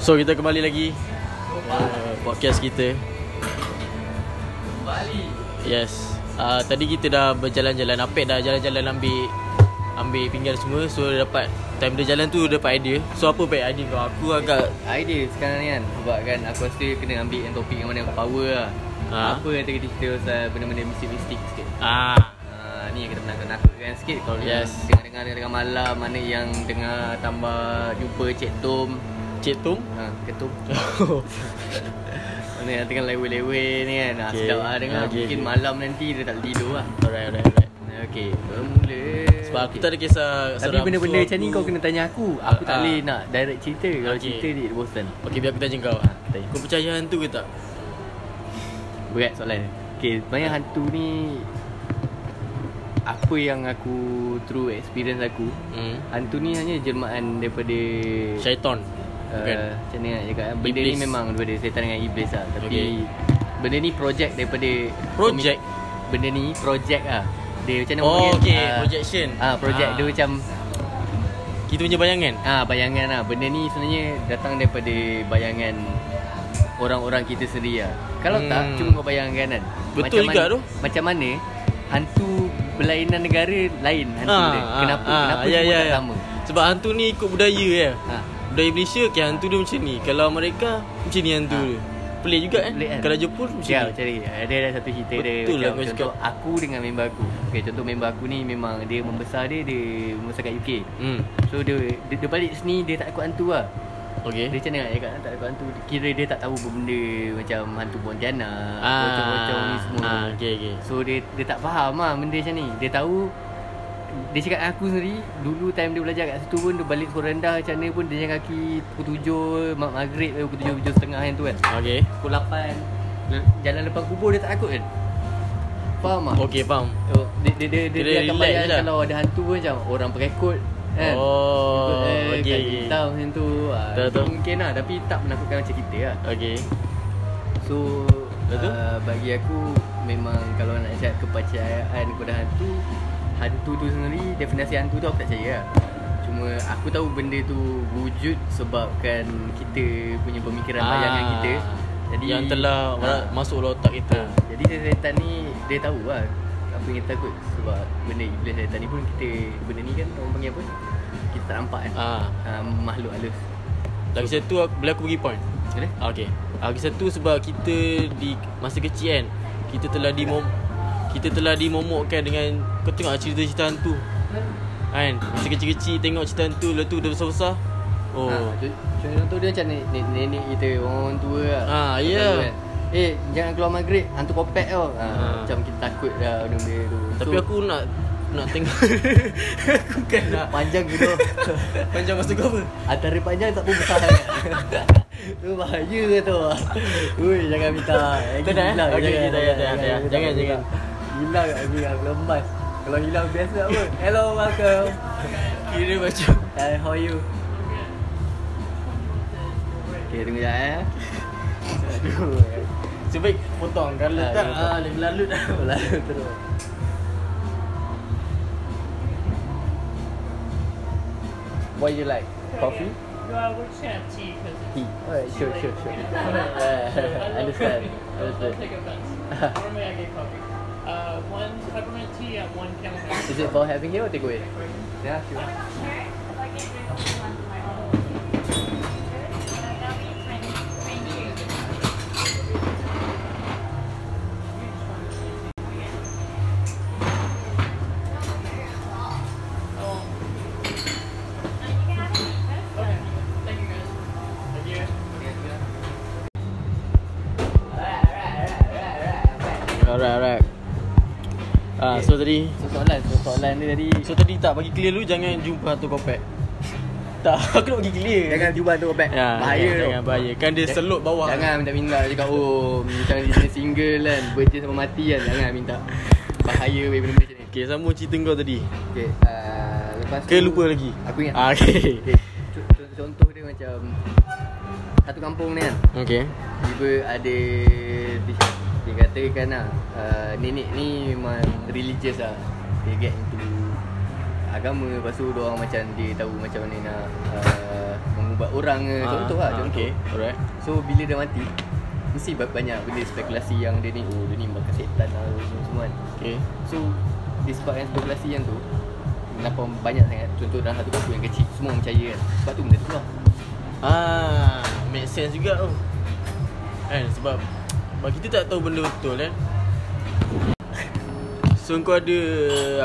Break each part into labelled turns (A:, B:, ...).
A: So kita kembali lagi uh, podcast kita. Yes. Uh, tadi kita dah berjalan-jalan Apek dah jalan-jalan ambil ambil pinggan semua so dia dapat time dia jalan tu dia dapat idea. So apa baik idea kau? Aku agak
B: Idea sekarang ni kan Sebab kan aku rasa kena ambil yang topik yang mana power lah
A: Ha.
B: Apa yang tadi kita cerita pasal benda-benda mistik-mistik sikit
A: ah
B: ha, Ni yang kita pernah nakutkan sikit Kalau
A: Yes.
B: yang dengar-dengar tengah malam Mana yang dengar tambah jumpa Cik Tom
A: Cik Tung.
B: ha, Ketum Mana yang tengah lewe-lewe ni kan ha,
A: Okay.
B: Sedap lah dengar
A: Okay,
B: Mungkin
A: okay.
B: malam nanti dia tak tidur lah
A: alright alright alright.
B: Okay, bermula
A: Sebab aku
B: Okey.
A: tak ada kisah
B: Tapi
A: seram.
B: benda-benda
A: So
B: macam ni
A: aku-
B: kau kena tanya aku Aku
A: Ah.
B: tak boleh nak direct cerita Kalau
A: Okay.
B: cerita dia bosan
A: Okey biar aku tanya kau.
B: Ha, tanya.
A: Kau percaya hantu ke tak?
B: Berat soalan ni Okay sebenarnya hantu ni Apa yang aku True experience aku
A: Hmm.
B: Hantu ni hanya jermaan daripada
A: Syaitan.
B: uh,
A: Bukan.
B: Macam mana nak cakap eh? Benda
A: kan? Iblis.
B: ni memang daripada setan dengan iblis lah Tapi
A: Okay.
B: Benda ni projek daripada
A: Projek?
B: Benda ni projek lah Dia macam mana
A: Oh,
B: panggil?
A: okay.
B: Ah,
A: Projection.
B: Ah, projek
A: Ah.
B: dia macam
A: Kita punya bayangan.
B: Ah bayangan lah Benda ni sebenarnya datang daripada bayangan orang-orang kita sendiri lah Kalau
A: Hmm.
B: tak cuma kau bayangkan kan
A: Betul juga
B: mana,
A: tu.
B: Macam mana hantu berlainan negara lain hantu dia Kenapa? Kenapa
A: Ah, ya,
B: semua
A: ya,
B: tak
A: ya.
B: sama?
A: Sebab hantu ni ikut budaya ya.
B: Ha.
A: Budaya Malaysia okay, hantu dia macam ni. Kalau mereka macam ni hantu
B: Ha.
A: dia. Pelik juga kan?
B: Pelik kan?
A: Kalau Jepun macam
B: Ya,
A: ni.
B: macam ni. Ada ada satu cerita dia
A: Betul lah
B: macam
A: kau
B: contoh aku dengan member aku. Okay, contoh member aku ni memang dia membesar dia dia membesar kat UK.
A: Hmm.
B: So dia dia, dia balik sini dia tak takut hantu lah.
A: Okey.
B: Dia macam eh, mana nak cakap tak takut hantu Kira dia tak tahu benda Macam hantu Pontianak
A: Ah,
B: Pocong-pocong ni semua
A: ah, okey, okey.
B: So dia, dia tak faham lah benda macam ni Dia tahu Dia cakap dengan aku sendiri Dulu time dia belajar kat situ pun Dia balik sekolah rendah macam mana pun Dia jalan kaki pukul tujuh Mak maghrib eh, pukul tujuh, tujuh setengah yang tu kan
A: Okey.
B: Pukul lapan Jalan lepas kubur dia tak takut kan Faham tak?
A: Okey, faham.
B: Oh, dia, dia, dia, dia,
A: Kira
B: dia akan
A: relax
B: bayang
A: je lah.
B: kalau ada hantu pun macam orang pakai kot kan
A: Oh, okey,
B: eh, kat
A: okey.
B: hitam macam tu ah,
A: Betul,
B: itu
A: betul.
B: Mungkin lah tapi tak menakutkan macam kita lah
A: Okey.
B: So
A: Betul tu?
B: ah, bagi aku memang kalau nak cakap kepercayaan kepada hantu Hantu tu sendiri, definisi hantu tu aku tak percaya lah Cuma aku tahu benda tu wujud sebabkan kita punya pemikiran
A: Ah,
B: bayangan kita Jadi
A: yang telah
B: Ah.
A: masuk dalam otak kita.
B: Jadi setan ni dia tahu lah apa yang kita takut sebab benda iblis setan ni pun kita benda ni kan orang panggil apa? Kita tak nampak kan.
A: Ah.
B: Uh, makhluk halus.
A: Lagi satu aku, boleh aku bagi point.
B: Boleh?
A: Ah, Okey. Lagi satu sebab kita di masa kecil kan, kita telah dimom kita telah dimomokkan dengan kau tengok lah cerita-cerita hantu. Kan? Masa kecil-kecil tengok cerita hantu, lepas tu dah besar-besar. Oh.
B: Ha, tu- contoh dia macam ni nenek, nenek kita orang tua lah.
A: Ha,
B: Orang
A: ya.
B: tua kan. Eh, jangan keluar maghrib, hantu kopek tau. Ha,
A: Ha.
B: Macam kita takut dah benda tu.
A: Tapi
B: So,
A: aku nak nak tengok aku kan nak
B: panjang gitu.
A: panjang masa kau apa?
B: Antara panjang tak pun besar sangat. tu bahaya tu. Ui, jangan minta.
A: Tak nak, eh?
B: Hilang,
A: Okey, okey, tak payah, tak payah, tak payah. Jangan, jangan.
B: Hilang kat aku, aku lemas. Kalau hilang biasa apa? Hello, welcome.
A: Kira macam
B: Hi, how are you? Okay, tunggu sekejap eh. Aduh.
A: sebaik potong kalau
B: Ah,
A: letak
B: dia
A: ah lebih lalut dah.
B: Lalu terus. What you like? Coffee?
C: No, I would say tea because
B: Tea. Alright, sure, sure, sure.
C: I
B: Uh,
C: love
B: understand.
C: coffee. Don't, don't
B: Understand.
C: take offense. Normally I get coffee. Uh, one peppermint tea and one chamomile.
B: Is it for having here or take away? Yeah, sure.
C: Thank you guys. Thank you.
A: Alright, alright. Ah, so tadi
B: So soalan, so soalan dia tadi
A: So tadi tak bagi clear dulu jangan jumpa hantu kopek. Tak, aku nak bagi clear.
B: Jangan jumpa tu back
A: Ya, jangan,
B: Bahaya tu Eh,
A: jangan bahaya. Kan dia seluk bawah.
B: Jangan minta-minta cakap Oh macam dia single kan Berja sama mati kan Jangan minta Bahaya weh benda macam ni
A: Okay, sama cerita kau tadi.
B: Okay uh, Lepas
A: Ke lupa lagi?
B: Aku ingat
A: Ah, okay.
B: okay. co- co- Contoh dia macam Satu kampung ni kan
A: Okay.
B: Tiba ada di- Dikatakan lah uh, Nenek ni memang religious lah Dia get into agama Lepas tu dia orang macam Dia tahu macam mana nak uh, meng- ubat orang ke
A: Ah,
B: contoh lah
A: ah,
B: contoh.
A: okay. Alright.
B: So bila dia mati mesti ba- banyak benda spekulasi yang dia ni oh dia ni bakal setan lah semua-semua kan.
A: Okay
B: So disebabkan spekulasi yang tu Kenapa banyak sangat Contoh dalam satu buku yang kecil Semua orang percaya kan Sebab tu benda tu lah
A: Ah, make sense juga tu. Kan sebab sebab kita tak tahu benda betul kan. So kau ada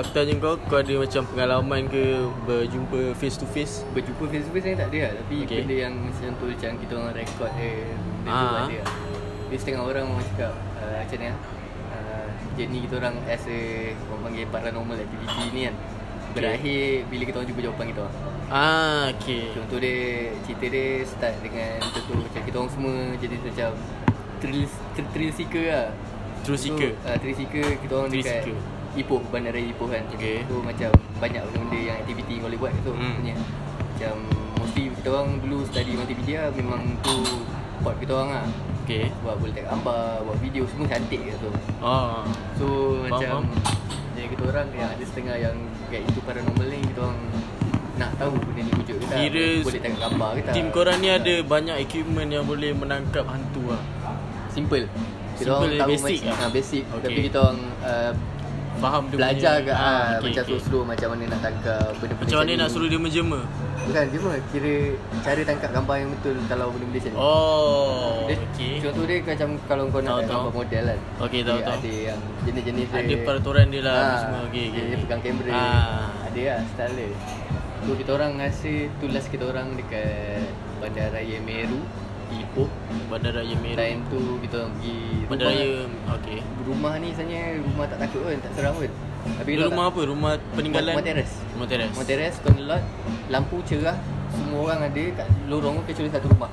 A: aku tanya kau kau ada macam pengalaman ke berjumpa face to face?
B: Berjumpa face to face ni tak ada lah Tapi
A: Okay.
B: okay. benda yang macam tu Macam kita orang record eh Benda tu
A: Ah.
B: ada lah Tapi setengah orang orang cakap uh, Macam ni lah uh, Journey kita orang as a Orang panggil paranormal activity ni kan Berakhir bila kita orang jumpa jawapan kita orang
A: Ah, okay.
B: Contoh dia Cerita dia start dengan Contoh macam kita orang semua Jadi macam Thrill, thrill seeker lah
A: True seeker.
B: So, uh, Three Seeker kita orang
A: Three
B: dekat
A: Seeker.
B: Ipoh, Bandaraya Ipoh kan
A: Okay.
B: So macam banyak benda-benda yang aktiviti kau boleh buat tu
A: Hmm.
B: hmm. Macam mostly kita orang dulu study multimedia memang tu part kita orang lah
A: Okay.
B: Buat boleh tak gambar, buat video semua cantik ke tu
A: Ah.
B: So
A: Faham,
B: macam
A: faham.
B: Jadi kita orang yang ada setengah yang kat itu paranormal ni kita orang nak tahu benda ni wujud ke tak
A: Kira
B: Boleh tengok gambar ke tak
A: Tim korang ni ada banyak equipment yang boleh menangkap hantu lah
B: Simple
A: Simple dan basic
B: macam,
A: lah.
B: ah, basic
A: Okay.
B: Tapi kita orang uh,
A: Faham dia
B: belajar
A: punya-
B: ke ah,
A: okay,
B: macam
A: okay.
B: slow-slow macam mana nak tangkap benda-benda
A: Macam mana
B: macam
A: nak
B: ni.
A: suruh dia menjema?
B: bukan cuma kira cara tangkap gambar yang betul kalau benda-benda macam ni
A: Oh,
B: dia,
A: okay.
B: contoh dia macam kalau kau
A: Tahu,
B: nak tangkap
A: tahu.
B: gambar model kan
A: Okey, tahu,
B: dia
A: tahu.
B: ada yang jenis-jenis dia
A: Ada peraturan dia lah
B: Ah,
A: ha, semua. Okey,
B: dia,
A: okey.
B: dia pegang kamera
A: Ah.
B: ada lah style dia so kita orang rasa tu last kita orang dekat Bandaraya Meru Ipoh
A: Bandaraya Meru.
B: time tu kita orang pergi
A: Bandaraya okey.
B: rumah, rumah ni sebenarnya rumah tak takut pun tak seram pun tapi
A: Dia
B: kalau
A: rumah apa? Rumah peninggalan.
B: Rumah teres.
A: Rumah teres.
B: Rumah teres, corner lot Lampu cerah Semua orang ada kat lorong tu kecuali satu rumah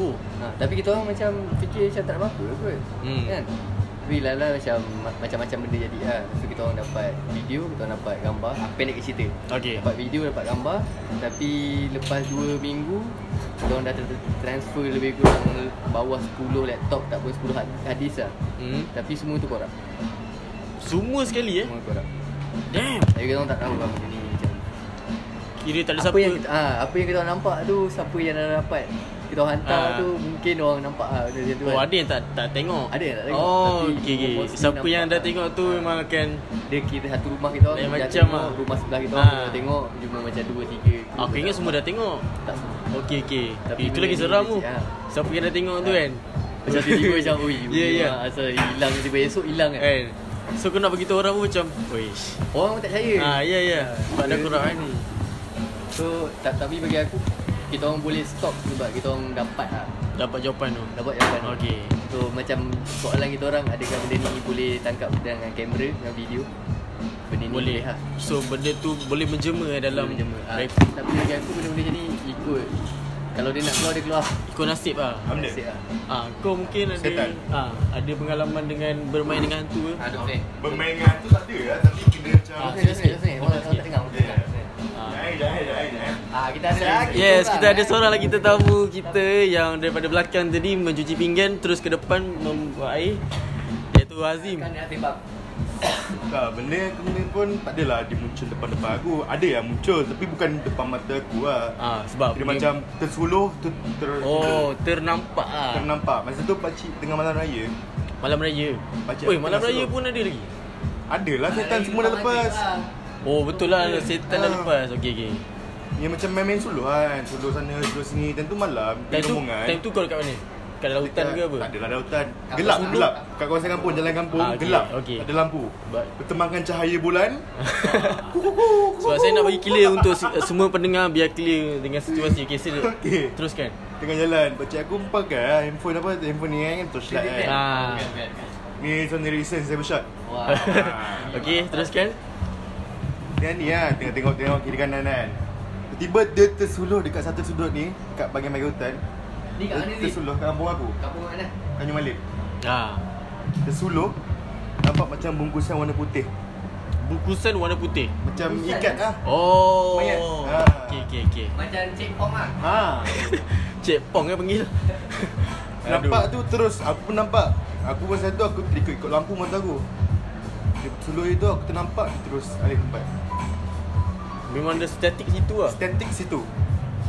A: Oh.
B: ha, Tapi kita orang macam fikir macam tak ada apa-apa kot
A: Hmm.
B: Kan? Tapi lah lah macam macam-macam benda jadi lah So kita orang dapat video, kita orang dapat gambar ah, Pendek ke cerita
A: Okey.
B: Dapat video, dapat gambar Tapi lepas 2 minggu Kita orang dah ter- ter- transfer lebih kurang bawah 10 laptop Tak pun 10 had- hadis lah
A: Hmm.
B: Tapi semua tu korak
A: Semua sekali eh.
B: Semua korak
A: Damn.
B: Tapi kita orang tak tahu lah benda ni macam
A: Kira tak ada
B: apa
A: siapa.
B: yang kita, ha, apa yang kita orang nampak tu siapa yang dah dapat kita orang hantar
A: Ah.
B: tu mungkin orang nampak ah benda macam tu
A: Oh, ada yang tak tak tengok.
B: Ada yang tak tengok.
A: Oh,
B: Tapi
A: okey okey.
B: mostly
A: Siapa yang dah
B: nampak. Ah.
A: tengok tu memang akan
B: dia kira satu rumah kita orang
A: Lain
B: dah
A: macam
B: tengok,
A: ah.
B: rumah sebelah kita
A: Ah.
B: orang ha. tengok cuma macam dua tiga
A: Aku ingat semua dah tengok.
B: tak semua
A: Okey okey.
B: Tapi
A: Tapi itu
B: benda
A: lagi
B: ni
A: seram tu.
B: legit, ah.
A: Siapa yang dah tengok tu
B: Ah.
A: kan?
B: macam tiba-tiba macam ui
A: Ya yeah, ya.
B: yeah. asal hilang tiba esok hilang kan
A: Kan. So kau nak bagi tahu orang pun macam, "Oish."
B: orang pun tak percaya
A: Ah, ya ya. Sebab dah kurang kan ni.
B: so tak, tapi bagi aku kita orang boleh stop sebab kita orang dapat lah
A: Dapat jawapan tu.
B: dapat jawapan
A: Okey.
B: So macam soalan kita orang adakah benda ni boleh tangkap dengan kamera dengan video? Benda ni
A: Boleh.
B: lah.
A: So benda tu boleh menjema eh dalam
B: Boleh menjema. Ah,
A: Baik.
B: Tapi bagi aku benda-benda macam ni ikut kalau dia nak keluar dia keluar.
A: Ikut nasib lah.
D: Benda?
B: Nasib lah.
A: Ah, kau mungkin ada
D: Setan.
A: ah, ada pengalaman dengan bermain dengan hantu ke?
B: Ah, duduk sini.
D: Bermain dengan tu tak ada lah Tapi kena macam
A: Ah,
B: Duduk sini, duduk sini, duduk sini.
A: sikit.
B: Orang orang tak dengar, orang tak
D: Ya.
B: dengar.
A: Ah.
D: Jangan, jangan, jangan, jangan
B: Ah, kita ada lagi.
A: Yes,
D: lah.
A: kita ada seorang lagi tetamu kita yang daripada belakang tadi mencuci pinggan terus ke depan membuat air iaitu Azim.
B: Kan ada bab.
D: Tak, benda yang kena pun tak adalah dia muncul depan-depan aku Ada yang muncul tapi bukan depan mata aku lah
A: Ah, sebab
D: Dia macam tersuluh, ter, ter,
A: Oh, ternampak ah.
D: ternampak Masa tu pakcik tengah malam raya
A: Malam raya.
D: Pakcik
A: Oi,
D: aku
A: malam
D: tengah
A: raya
D: seluruh.
A: pun ada lagi. Ah,
D: Adalah setan semua dah lepas
B: Ah.
A: Oh, betul lah setan dah
D: Ah.
A: lepas. Okey okey.
D: Yang macam main-main suluh kan Suluh sana, suluh sini Time tu malam,
A: Time tu
D: rombongan.
A: time tu kau dekat mana? Kat lautan
D: Dekat-
A: ke apa?
D: Tak adalah lautan
B: Kat
D: Gelap,
B: Sulu?
D: gelap Kat kawasan kampung, jalan kampung
A: Ah, okey,
D: Gelap,
A: okey.
D: tak ada lampu
A: But-
D: Bertemankan cahaya bulan
A: Sebab saya nak bagi clear untuk se- semua pendengar biar clear dengan situasi. Okey, sila.
D: Okey.
A: Teruskan.
D: Tengah jalan Pakcik aku pakai handphone apa Handphone ni kan Torchlight kan
A: Ah.
D: Ni Sony Ericsson saya bersyat
B: Wah.
A: Okey, teruskan.
D: Dia ni lah Tengah tengok tengok kiri kanan kan Tiba dia tersuluh dekat satu sudut ni Dekat bahagian bahagian hutan
B: Ni kat mana
D: Dia
B: ni?
D: Tersuluh kat kampung aku
B: Kampung mana?
D: Tanjung Malip
A: Ah.
D: Tersuluh Nampak macam bungkusan warna putih
A: Bukusan warna putih.
D: Macam
B: Bungkusan?
D: ikat lah
A: Oh.
D: Mayat. Ah.
A: Okey, okey, okey.
B: Macam Cik Pong ah.
D: Ha
A: Cik Pong kan panggil.
D: Nampak tu terus Aku pun nampak Aku pun satu aku ikut-ikut lampu mata aku Dia tersuluh itu aku ternampak dia Terus alih tempat
A: Memang dia statik situ lah.
D: Static situ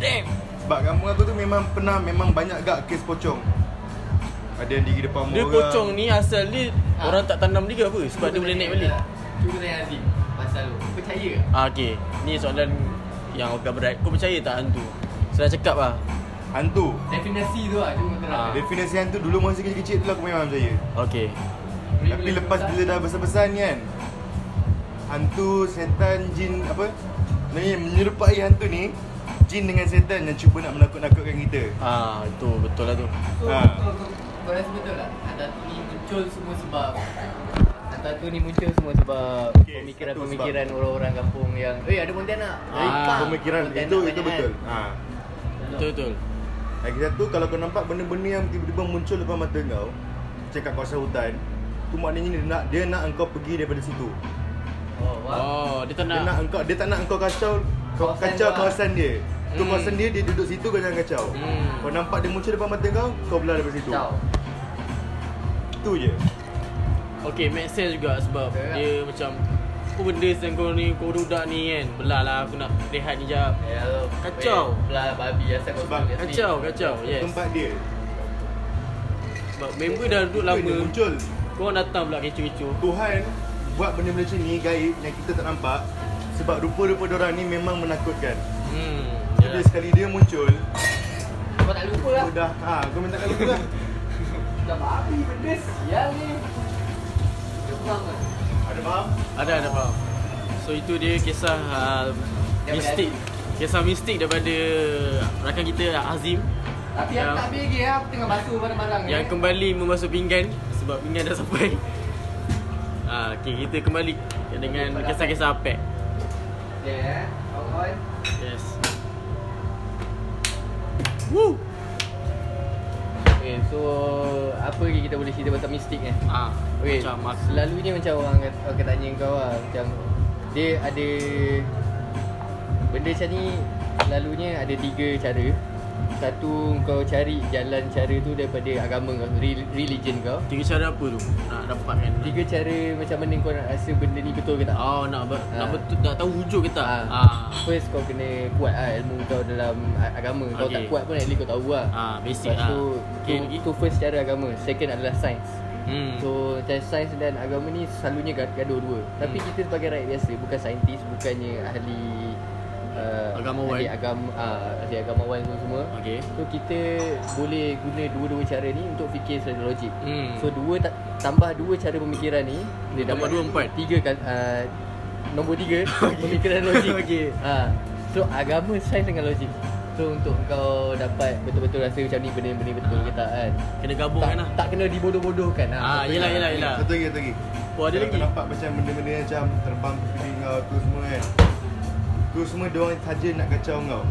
A: Damn.
D: Sebab kampung aku tu memang pernah memang banyak gak kes pocong. Ada yang diri depan
A: Dia
D: orang. Ha.
A: pocong ni asal dia
B: Ah.
A: orang tak tanam dia ke apa sebab dia boleh naik balik.
B: Cuba tanya Azim Pasal lu Percaya tak?
A: Ah okey. Ni soalan yang agak berat. Kau percaya tak hantu? Saya dah cakap lah
D: Hantu.
B: Definisi tu lah Cuma
A: Ah.
B: terang
D: Definisi hantu dulu masa kecil-kecil tu lah aku memang percaya.
A: Okey.
D: Tapi lepas bila dah besar-besar ni kan Hantu, setan, jin apa Ni menyerupai hantu ni Jin dengan setan yang cuba nak menakut-nakutkan kita
A: Ah itu betul lah tu.
B: So,
D: Ha.
B: betul- betul- Kau rasa betul tak? Hantar tu ni muncul semua sebab Hantar tu ni muncul semua sebab
D: Okey,
B: Pemikiran-pemikiran orang-orang kampung yang Eh ada Pontianak Eh,
A: Ah,
B: pang,
D: Pemikiran
B: Pontianak
D: itu itu
B: banyak
D: betul
B: kan?
D: ha.
A: Betul betul.
D: Lagi satu kalau kau nampak benda-benda yang tiba-tiba muncul depan mata kau Macam kat kawasan hutan Tu maknanya dia nak, dia nak engkau pergi daripada situ
B: Oh,
D: Ah.
B: wow.
A: Oh, dia tak
D: Dia
A: nak.
D: nak
A: lah.
D: engkau, dia tak nak engkau kacau kau
B: Kawasan
D: kacau
B: dia.
D: kawasan dia Tu
A: Hmm.
D: kawasan dia, dia duduk situ kau jangan kacau
A: Hmm.
D: Kau nampak dia muncul depan mata kau, kau belah daripada situ
B: Kacau
D: Tu je
A: Okey, make sense juga sebab
B: Betul lah.
A: dia macam kau benda sen kau ni, kau budak ni kan. Belah lah aku nak rehat ni jap.
B: Ya, lo-
A: Kacau.
B: weh, Belah babi asal kau
D: Sebab
B: suruh dia sendiri.
A: Kacau, kacau. Oh, Yes.
D: Tempat dia
A: Sebab member dah duduk
D: Tu
A: lama.
D: dia muncul
A: Kau orang datang pula kecoh-kecoh.
D: Tuhan buat benda-benda macam ni gaib yang kita tak nampak sebab rupa-rupa diorang ni memang menakutkan.
A: Hmm.
D: Bila
A: Yalah.
D: sekali dia muncul,
B: Kau tak lupa
A: Ya.
B: lah
D: kau dah ha, kau minta kalau lah.
B: Dah babi benda sial ni Dia faham kan?
D: Ada faham?
A: Ada ada faham. So itu dia kisah uh,
B: Daripada
A: mistik. Kisah mistik daripada rakan kita Azim
B: Tapi
A: Ya.
B: aku tak habis lagi lah Aku tengah basuh barang-barang
A: yang
B: ni.
A: kembali membasuh pinggan sebab pinggan dah sampai. Ah, okay, kita kembali dengan kisah-kisah Apek.
B: Ya, kawan-kawan
A: Yes. Woo.
B: Okay, so apa lagi kita boleh cerita pasal mistik kan?
A: Ah, okay.
B: Okay,
A: macam aku.
B: selalunya macam orang akan, orang akan tanya kau lah Macam dia ada Benda macam ni selalunya ada tiga cara Satu kau cari jalan cara tu daripada agama kau, re- religion kau
A: Tiga cara apa tu nak dapatkan?
B: Tiga cara macam mana kau nak rasa benda ni betul ke tak?
A: Oh, nak ber, nak
B: Ah.
A: betul nak tahu wujud ke tak?
B: Ah.
A: Ah.
B: First kau kena kuat lah ilmu kau dalam a- agama Kau
A: Okay.
B: tak kuat pun at least kau tahu lah
A: Ah, basic
B: Lepas
A: ah.
B: tu,
A: Okay,
B: tu,
A: lagi.
B: tu first cara agama Second adalah sains
A: Hmm.
B: So macam sains dan agama ni selalunya gad- gaduh dua Tapi
A: Hmm.
B: kita sebagai rakyat biasa bukan saintis Bukannya ahli uh,
A: Agamawan.
B: Ahli, agama, uh, ahli agamawan tu semua
A: Okay.
B: So kita boleh guna dua-dua cara ni untuk fikir secara logik
A: Hmm.
B: So dua ta- tambah dua cara pemikiran ni Dia
A: Tambah
B: dapat
A: dua, empat.
B: Tiga kal- uh, Nombor tiga Pemikiran logik
A: Okey.
B: ha. So agama sains dengan logik So untuk kau dapat betul-betul rasa macam ni benda-benda betul ke tak kan
A: Kena
B: tak,
A: gabungkan lah.
B: tak kena dibodoh-bododohkan lah
A: Ah,
B: Betul
A: yelah,
B: lah.
A: yelah, yelah.
D: Satu lagi, satu lagi.
A: Oh, ada
D: Kalau
A: lagi?
D: Kau nampak macam benda-benda yang macam terbang ke pipi kau tu semua kan. Tu semua diorang saja nak kacau kau.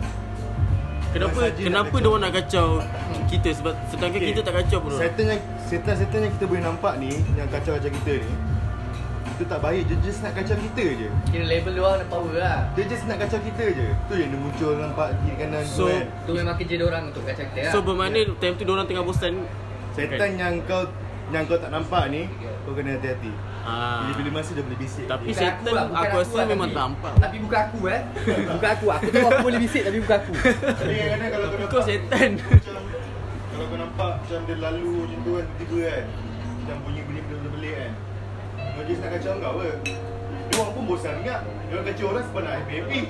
A: Kenapa
D: Orang saja
A: kenapa
D: nak
A: dia orang nak kacau
B: Hmm.
A: kita sebab sedangkan
D: Okey.
A: kita tak kacau pun. orang.
D: Setan yang setan-setan yang kita boleh nampak ni yang kacau-kacau kita ni. Itu tak baik, dia just nak kacau kita je.
B: Kira label dia orang ada power lah
D: Dia just nak kacau kita je Tu yang dia muncul nampak kiri kanan
A: So,
D: tu kan
B: Tu memang kerja dia orang untuk kacau kita lah
A: So bermakna time tu dia orang tengah bosan.
D: Setan yang kau yang kau tak nampak ni Kau kena hati-hati
A: Ah.
D: Bila-bila masa dia boleh bisik
A: Tapi
B: Bukan
A: setan
B: lah,
A: aku,
B: bukan
A: rasa
B: lah
A: memang
B: tapi-
A: tak nampak.
B: Tapi bukan aku eh Bukan aku, aku tahu aku boleh bisik tapi bukan aku
D: Tapi kadang-kadang kalau kau
A: Tapi
D: nampak
A: kau setan.
D: macam, Kalau kau nampak macam dia lalu macam tu kan Tiba kan Macam bunyi bunyi benda belik kan Kau just nak kacau kau ke Dia orang pun bosan ingat Dia orang kacau orang sebab nak happy-happy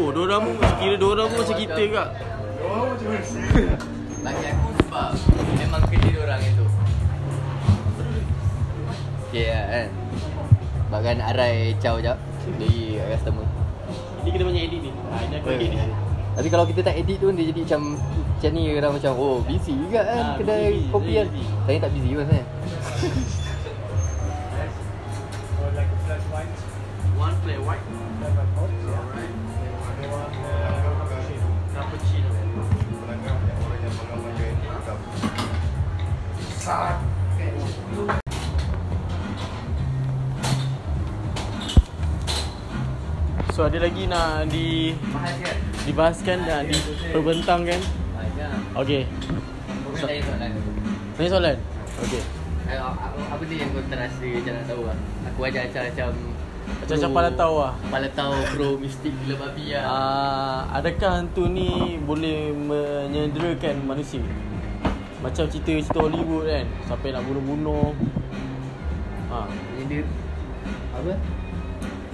A: Oh, dia orang pun kira dia orang pun macam kita juga.
D: Dia orang macam mana
B: Bagi aku sebab memang kerja dia orang itu Okay lah kan Bahkan Arai caw jap Dari customer
A: Ini kita banyak edit ni. Ha, ini aku edit ni.
B: Tapi kalau kita tak edit tu dia jadi macam macam ni orang macam oh busy juga kan
A: Ah,
B: kedai
A: busy,
B: kopi
A: busy,
B: kan.
A: busy.
B: Saya tak busy pun kan? saya.
C: Or like a flat white.
A: One play white,
C: Like a box, yeah. And one, uh,
A: cappuccino.
D: Belakang ada orang yang mengamalkan ni Kau
A: So ada lagi nak di
B: Mahal kan? Ah, ya.
A: dibahaskan nak diperbentangkan.
B: Banyak.
A: Okey.
B: Kau kena tanya soalan tu. Eh,
A: Ini soalan. Okey.
B: ah? Apa, apa, apa dia yang kau terasa macam nak tahu lah Aku ajar macam macam
A: Macam-macam palatau lah
B: Palatau bro mistik gila babi lah
A: uh, Adakah hantu ni boleh menyederakan manusia? Macam cerita-cerita Hollywood kan Sampai nak bunuh-bunuh ha.
B: Menyedera Apa?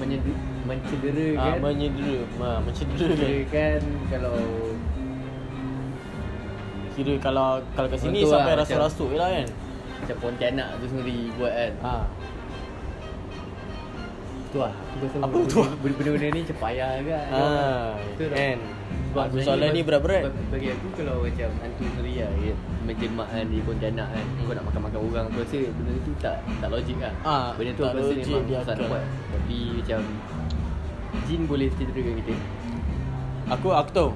B: Menyedera Mencedera
A: ha,
B: kan
A: Menyedera ha, Mencederakan
B: Mencedera kan Kalau
A: Kira kalau kalau kat sini
B: Betul
A: sampai
B: lah, macam-
A: rasuk-rasuk je lah kan
B: Macam Pontianak tu sendiri buat kan
A: ha.
B: Tu lah Aku rasa
A: Apa
B: benda-
A: tu lah?
B: Benda-benda ni macam payah kan
A: Ha.
B: Betul tak?
A: Kan
B: Sebab
A: Aku
B: sebenarnya
A: soalan ni
B: bag-
A: berat-berat
B: bag- Bagi aku kalau macam hantu sendiri lah ya, Menjemak kan di Pontianak kan
A: Hmm.
B: Kau nak makan-makan orang Aku rasa benda tu tak tak logik lah
A: Ah,
B: Benda tu
A: tak
B: aku rasa
A: logik,
B: memang
A: dia
B: susah nak
A: akal.
B: buat Tapi macam Jin boleh cederakan kita
A: Aku aku tahu.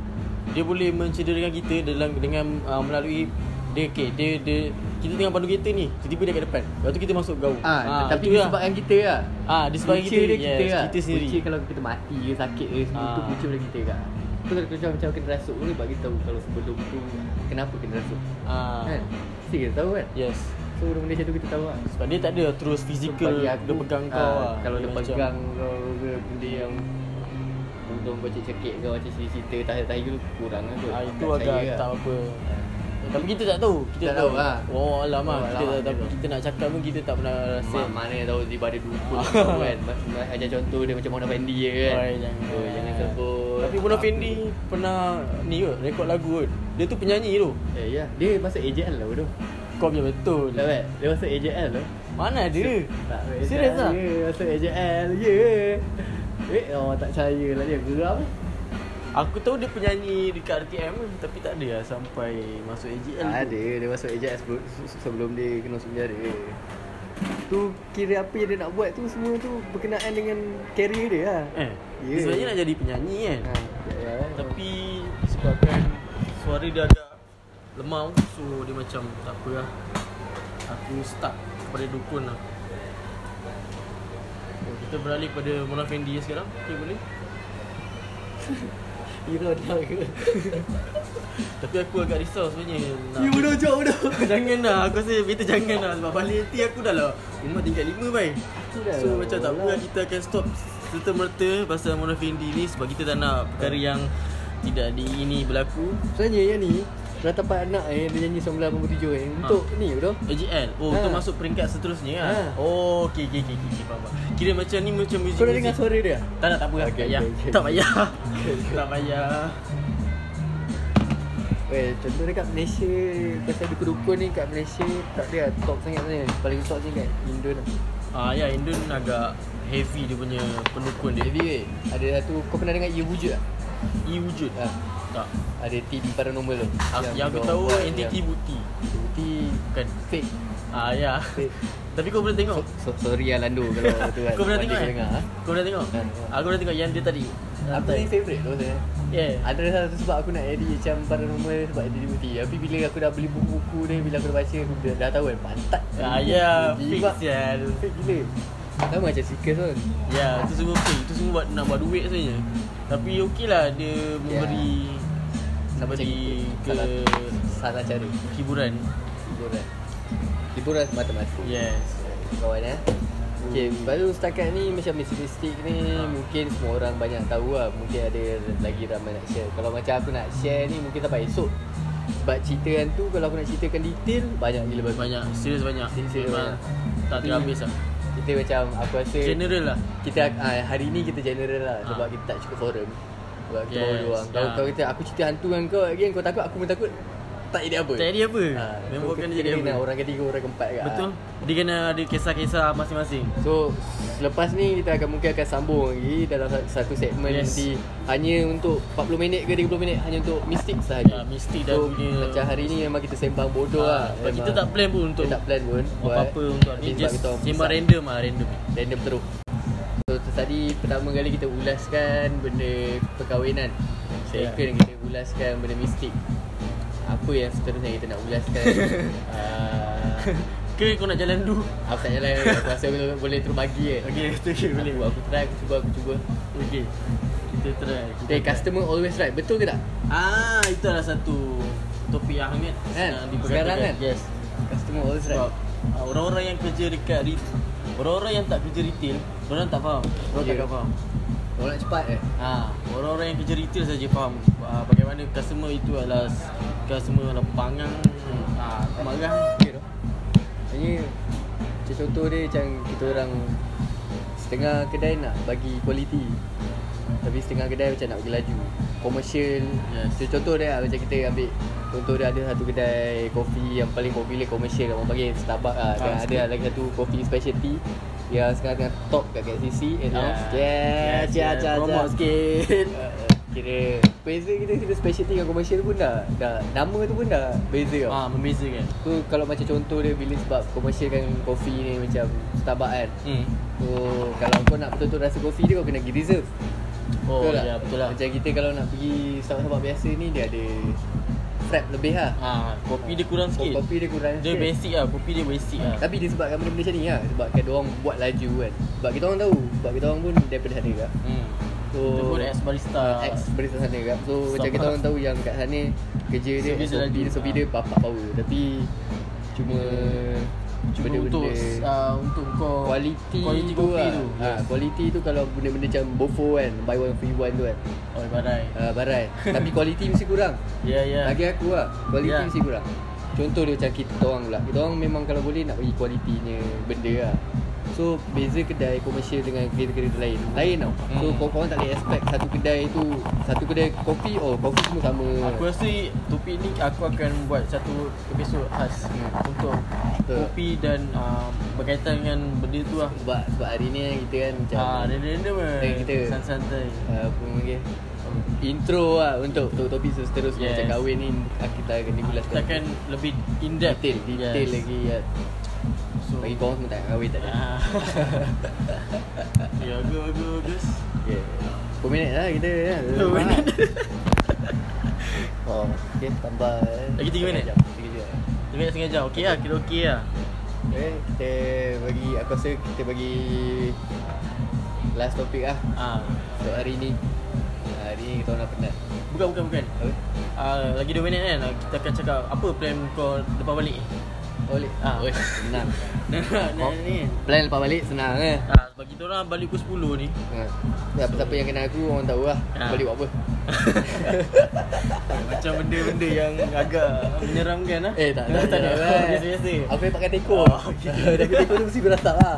A: Dia boleh mencederakan kita dalam dengan uh, melalui dia okay, dia dia kita tengah pandu kereta ni, tiba-tiba dia kat depan. Lepas tu kita masuk gaung.
B: Ah, tapi
A: itu lah.
B: disebabkan kita lah
A: Ah, disebabkan
B: Punca
A: kita,
B: dia
A: yes,
B: kita lah
A: kita sendiri.
B: Punca kalau kita mati ke sakit ke semua
A: Ah.
B: tu punca pada kita kak Kau kalau kau macam kena rasuk pun dia bagi tahu kalau sebelum tu kenapa kena rasuk
A: Ah.
B: Kan? Mesti kita tahu kan
A: Yes.
B: So benda-benda macam tu kita tahu lah
A: Sebab dia tak ada terus fizikal
B: Bagi
A: dia
B: aku,
A: pegang kau
B: ah,
A: lah.
B: Kalau dia
A: macam-
B: pegang kau ke benda yang Untung kau cekik kau macam cerita tahir-tahir tu kurang lah kot
A: ah, itu
B: Kat
A: agak
B: saya lah.
A: tak apa. Tapi kita tak tahu. Kita
B: Tak
A: tak tahu.
B: tahu lah.
A: Oh, alamak.
B: Oh,
A: kita
B: alam,
A: tak tahu.
B: kita
A: Kita nak cakap pun kita tak pernah rasa.
B: Ma- Mana yang tahu tiba ada dukun kau kan Ma- ma- Macam contoh dia macam Mona Fendi je kan
A: Oi, jangan.
B: Oh, jangan sebut
A: Tapi Mona
B: Apa-
A: Fendi pernah ni kot, rekod lagu kot. Dia tu penyanyi tu.
B: Eh ya, dia masuk AJL lah bodoh
A: Kau punya betul.
B: Tak kan? Dia masuk AJL lah
A: Mana ada?
B: Tak,
A: Serius
B: AJL,
A: ah?
B: Ya, masuk AJL, yeah. Eh, Ya. orang tak percaya lah dia geram
A: Aku tahu dia penyanyi dekat RTM tapi tak ada lah sampai masuk AGL.
B: Tak
A: tu.
B: ada, dia masuk AJS sebelum, sebelum dia kena masuk penjara Tu kira apa yang dia nak buat tu semua tu berkenaan dengan career dia lah
A: Eh,
B: Ya.
A: yeah. sebenarnya nak jadi penyanyi kan.
B: ha, ya, ya, ya.
A: Tapi sebabkan suara dia agak lemah so dia macam tak apa lah. Aku stuck kepada dukun lah. Oh, kita beralih pada Mona Fendi sekarang. Okay boleh?
B: You rodak lah ke?
A: Tapi aku agak risau sebenarnya. nak-
B: You rodak Ya, bodoh
A: Jangan lah Aku rasa better jangan lah Sebab balik nanti aku dah lah Umur tingkat lima baik
B: Dah
A: So
B: lah,
A: macam tak apa
B: lah.
A: lah, Kita akan stop Serta merta Pasal Mona Fendi ni Sebab kita tak nak Perkara yang Tidak diingini berlaku
B: Sebenarnya yang ni Ratapan anak yang dia nyanyi 1987 yang
A: Ha.
B: eh. untuk ni bodoh
A: AGL Oh ha. tu
B: Ha.
A: masuk peringkat seterusnya ha.
B: Ha.
A: Oh okay okay okay, okay faham, faham. Kira macam ni macam muzik
B: Kau dah dengar suara dia?
A: Tak nak tak apa lah
B: Okay,
A: Tak payah
B: okay, okay.
A: Tak payah Tak payah
B: Well, contoh dekat Malaysia Pasal dukun-dukun ni kat Malaysia Tak ada lah top sangat sebenarnya Paling top ni kat Indon lah
A: Ah ya Indon agak Heavy dia punya Pendukun dia
B: Jadi weh, ada satu Kau pernah dengar Ia Wujud tak?
A: E wujud
B: Ha.
A: Tak
B: Ada team paranormal tu
A: Yang, yang aku
B: dorang
A: tahu
B: buat
A: Entiti
B: yang-
A: bukti
B: Entiti
A: Bukan
B: fake
A: Ah ya.
B: Fake.
A: Tapi kau pernah tengok?
B: so, so, Sorry lah Lando kalau tu kan
A: Kau pernah
B: One day
A: tengok?
B: kau
A: eh?
B: dengar, ha?
A: Kau pernah tengok?
B: Ha.
A: Aku pernah tengok yang dia tadi.
B: Aku ni favourite tu saya
A: Yeah.
B: Ada satu sebab aku nak jadi macam paranormal sebab entiti bukti Tapi bila aku dah beli buku-buku dia Bila aku dah baca aku dah, dah tahu kan Pantat
A: Ah ya, fake
B: Gila.
A: sial.
B: Fake gila Sama macam seekers kan. pun
A: Ya, itu semua fake. Itu semua buat nak buat duit sebenarnya. Tapi okey lah dia memberi memberi ke
B: salah, salah cara
A: hiburan.
B: Hiburan Hiburan semata-mata
A: Yes.
B: Kawan eh Okay,
A: Hmm.
B: baru setakat ni macam mistik-mistik ni
A: Ah.
B: Mungkin semua orang banyak tahu lah Mungkin ada lagi ramai nak share Kalau macam aku nak share ni mungkin sampai esok Sebab cerita yang tu kalau aku nak ceritakan detail Banyak gila babi
A: Banyak, serius banyak.
B: Serius
A: Memang
B: banyak.
A: tak
B: Tapi-
A: terhabis lah.
B: Kita macam aku rasa
A: General lah.
B: kita ah, hari ni kita general lah sebab
A: Ah.
B: kita tak cukup forum sebab kita
A: Yes,
B: baru dua orang kalau
A: ah.
B: kau kata aku cerita hantu dengan kau again kau takut aku pun takut tak jadi apa
A: Tak jadi apa?
B: Ah,
A: Memang
B: kau
A: bukan
B: kena
A: jadi
B: kena
A: apa.
B: orang ketiga orang keempat kat
A: Betul. Dia kena ada kisah-kisah masing-masing.
B: so selepas ni kita akan mungkin akan sambung lagi dalam sa- satu segmen
A: Yes.
B: nanti hanya untuk 40 minit ke 30 minit hanya untuk mistik sahaja
A: Ya, mistik dan
B: so,
A: dunia.
B: macam hari ni memang kita sembang
A: Ah,
B: bodoh lah
A: sebab kita
B: Memang
A: tak plan pun untuk
B: kita tak plan pun buat.
A: apa-apa untuk
B: Tapi
A: ni
B: sebab
A: just
B: kita orang
A: sembang
B: pisah.
A: random ah random.
B: random terus So tadi pertama kali kita ulaskan benda perkahwinan
A: Yeah.
B: Second kita ulaskan benda mistik Apa yang seterusnya kita nak ulaskan uh,
A: Ke kau nak jalan dulu?
B: Aku tak jalan aku rasa aku boleh terus bagi eh
A: Okay,
B: okay boleh Aku try, aku cuba, aku cuba
A: Okay Kita try kita
B: Okay,
A: try.
B: Eh, customer always right, betul ke tak?
A: Ah, itu adalah satu topik yang hangat
B: Kan?
A: sedang diperkatakan.
B: Sekarang kan?
A: Yes
B: Customer always right
A: Sebab ah, orang-orang yang kerja dekat retail Orang-orang yang tak kerja retail Korang tak faham Korang
B: Ya.
A: yeah. tak faham
B: Orang nak cepat eh
A: ha, Orang-orang yang kerja retail saja faham ha, Bagaimana customer itu adalah Customer adalah pangang ha, Aku marah
B: Okay tau Maksudnya Macam contoh dia macam kita orang Setengah kedai nak bagi kualiti Tapi setengah kedai macam nak bagi laju Commercial
A: Yes.
B: yes. Contoh dia lah, macam kita ambil Contoh dia ada satu kedai kopi yang paling popular commercial Orang panggil Starbucks lah Dan
A: Ah,
B: ada
A: betul.
B: lagi satu kopi specialty Yang sekarang tengah top kat Eh, oh, KCC And yeah. Yes, yes, yes, yes,
A: Promote
B: yes.
A: sikit
B: Uh, Kira Beza kita kira specialty dengan commercial pun dah, dah Nama tu pun dah beza tau
A: Ah, ha, membezakan
B: Tu kalau macam contoh dia bila sebab komersial kan kopi ni macam Starbucks kan
A: Hmm.
B: So kalau kau nak betul-betul rasa kopi dia kau kena pergi reserve
A: Oh, betul ya, betul lah.
B: Macam kita kalau nak pergi Starbucks-Starbucks biasa ni dia ada Frap lebih lah
A: Ha, kopi dia kurang sikit.
B: Kopi dia kurang
A: Dia basic lah, kopi dia basic lah.
B: Tapi dia sebabkan benda-benda macam ni lah Sebabkan diorang buat laju kan Sebab kita orang tahu Sebab kita orang pun daripada sana juga
A: Hmm.
B: So
A: Kita pun ex barista.
B: Oh. ex barista Ah, sana juga So macam
A: Starbucks.
B: kita orang tahu yang kat sana Kerja dia
A: Service
B: SOP,
A: laju.
B: SOP
A: Ah.
B: dia bapak power Tapi Cuma
A: Cuma
B: benda-benda-
A: untuk uh, untuk kau
B: Kualiti
A: kualiti
B: tu
A: kopi
B: lah.
A: tu.
B: ha, Kualiti tu kalau benda-benda macam Bofo kan Buy one free one tu kan
A: Oh, badai.
B: ha, Barai Tapi kualiti mesti kurang
A: Ya, ya.
B: yeah. Bagi aku lah
A: Ya.
B: Kualiti yeah. mesti kurang Contoh dia macam kita orang pula Kita orang memang kalau boleh nak bagi kualitinya benda lah So beza kedai komersial dengan kedai-kedai lain Lain tau So
A: Hmm.
B: korang-korang tak boleh expect satu kedai tu Satu kedai kopi Oh kopi semua sama
A: Aku rasa topik ni aku akan buat satu episod khas
B: Hmm.
A: untuk
B: Betul.
A: kopi dan uh, berkaitan dengan benda tu lah.
B: sebab, sebab hari ni kan kita kan macam
A: Ah, random-random lah.
B: Dan kita-
A: santai-santai.
B: uh, apa nama dia? Intro lah untuk untuk topik seterusnya yes.
A: Yes.
B: Macam kahwin ni ah, kita akan digulas
A: Kita akan lebih in depth
B: detail, detail yes. lagi ya.
A: So,
B: Bagi korang semua tak nak kahwin tak ada
A: Ah. Ya, go go guys.
B: yeah. 10 minit lah kita ya.
A: Sepuluh minit.
B: Oh, okay, tambah
A: Lagi tiga minit?
B: 3 jam
A: Dia banyak sengaja. Okey lah, kira okey lah.
B: Okay, kita bagi, aku rasa kita bagi Last topik lah
A: Ah.
B: Untuk hari ni Hari ni kita orang dah penat
A: Bukan bukan bukan.
B: Apa?
A: Ah, lagi 2 minit kan kita akan cakap apa plan kau lepas balik.
B: Balik
A: Ah.
B: Oi, Senang
A: Nah, nah,
B: Oh.
A: ni.
B: Plan lepas balik senang eh
A: Ah, sebab kita orang balik pukul 10 ni.
B: Ha. Siapa-siapa yang kenal aku orang tahu lah
A: Ha.
B: Balik buat apa
A: Macam benda-benda yang agak menyeramkan lah.
B: Eh tak
A: tak, tak,
B: ada
A: ada. Biasa-biasa. Oh,
B: Aku yang pakai teko Tapi teko tu mesti berasap lah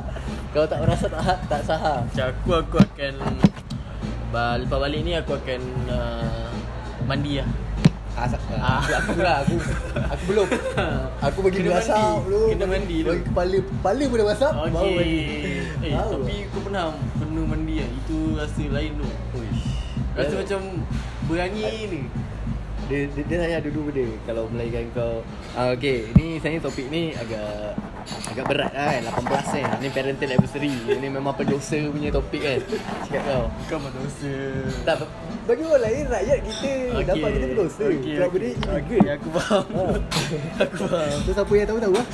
B: Kalau tak berasap tak, tak sah
A: Macam aku, aku akan... Ba- Lepas balik ni aku akan uh, mandi lah.
B: Asap
A: Ah.
B: ah. aku, aku lah aku, aku belum Aku bagi
A: Kena
B: berasap
A: mandi.
B: belum
A: Kena
B: Bagi-
A: mandi dulu.
B: Bagi kepala Kepala pun dah berasap Baru mandi
A: Okey. Eh,
B: Baru.
A: tapi kau pernah penuh mandi kan? Itu rasa lain tu.
B: Uish.
A: Rasa
B: Dia-
A: macam berangin ni.
B: dia, dia, dia tanya ada dua benda Kalau melainkan kau ah, Okay Ni saya topik ni agak Agak berat lah kan 18 kan Ni parental adversary Ni memang pendosa punya topik kan Cakap kau
A: Kau berdosa.
B: Tak, bagi orang lain rakyat kita okay. dapat kita
A: eh.
B: berdosa. Okay, Sebab benda
A: okay.
B: illegal.
A: okay, aku faham.
B: Ha.
A: aku faham.
B: Tu siapa yang tahu tahu lah.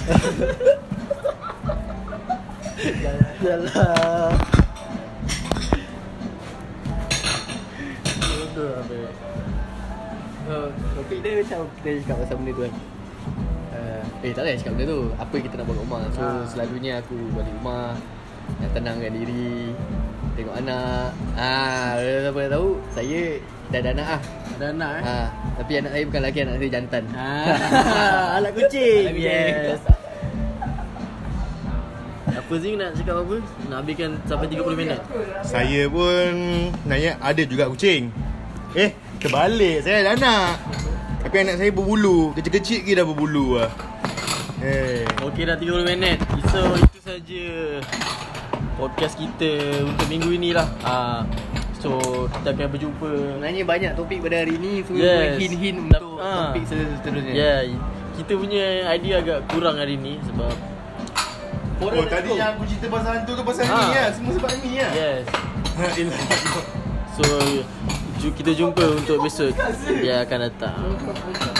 B: Jalan.
A: Betul lah, baik. Oh.
B: Topik dia macam kita cakap pasal benda tu kan. Uh, eh tak boleh cakap benda tu Apa kita nak buat kat rumah So
A: Ah.
B: selalunya aku balik rumah Nak tenangkan diri Tengok anak Ah, Kalau siapa yang tahu Saya dah ada anak ah
A: Ada anak eh?
B: Ha, tapi anak saya bukan lelaki, anak saya jantan.
A: Ah, anak Ha. kucing.
B: Anak kucing.
A: Yes. Apa Zing nak cakap apa? Nak habiskan sampai 30 minit?
D: Saya pun Nanya ada juga kucing Eh Terbalik Saya ada anak Tapi anak saya berbulu Kecil-kecil ke dah berbulu lah Eh
A: Okey dah 30 minit. So itu saja podcast kita untuk minggu inilah. Ah, so kita akan berjumpa.
B: Sebenarnya banyak topik pada hari ni Semua
A: Yes.
B: yes. hint-hint untuk
A: Ah.
B: topik seterusnya
A: Ya, yeah, kita punya idea agak kurang hari ni sebab
D: Oh tadi yang aku cerita pasal hantu tu pasal
A: Ha.
D: ni lah Semua sebab ni lah
A: yes.
D: Ha, ilah.
A: So ju- kita jumpa untuk besok yang akan datang.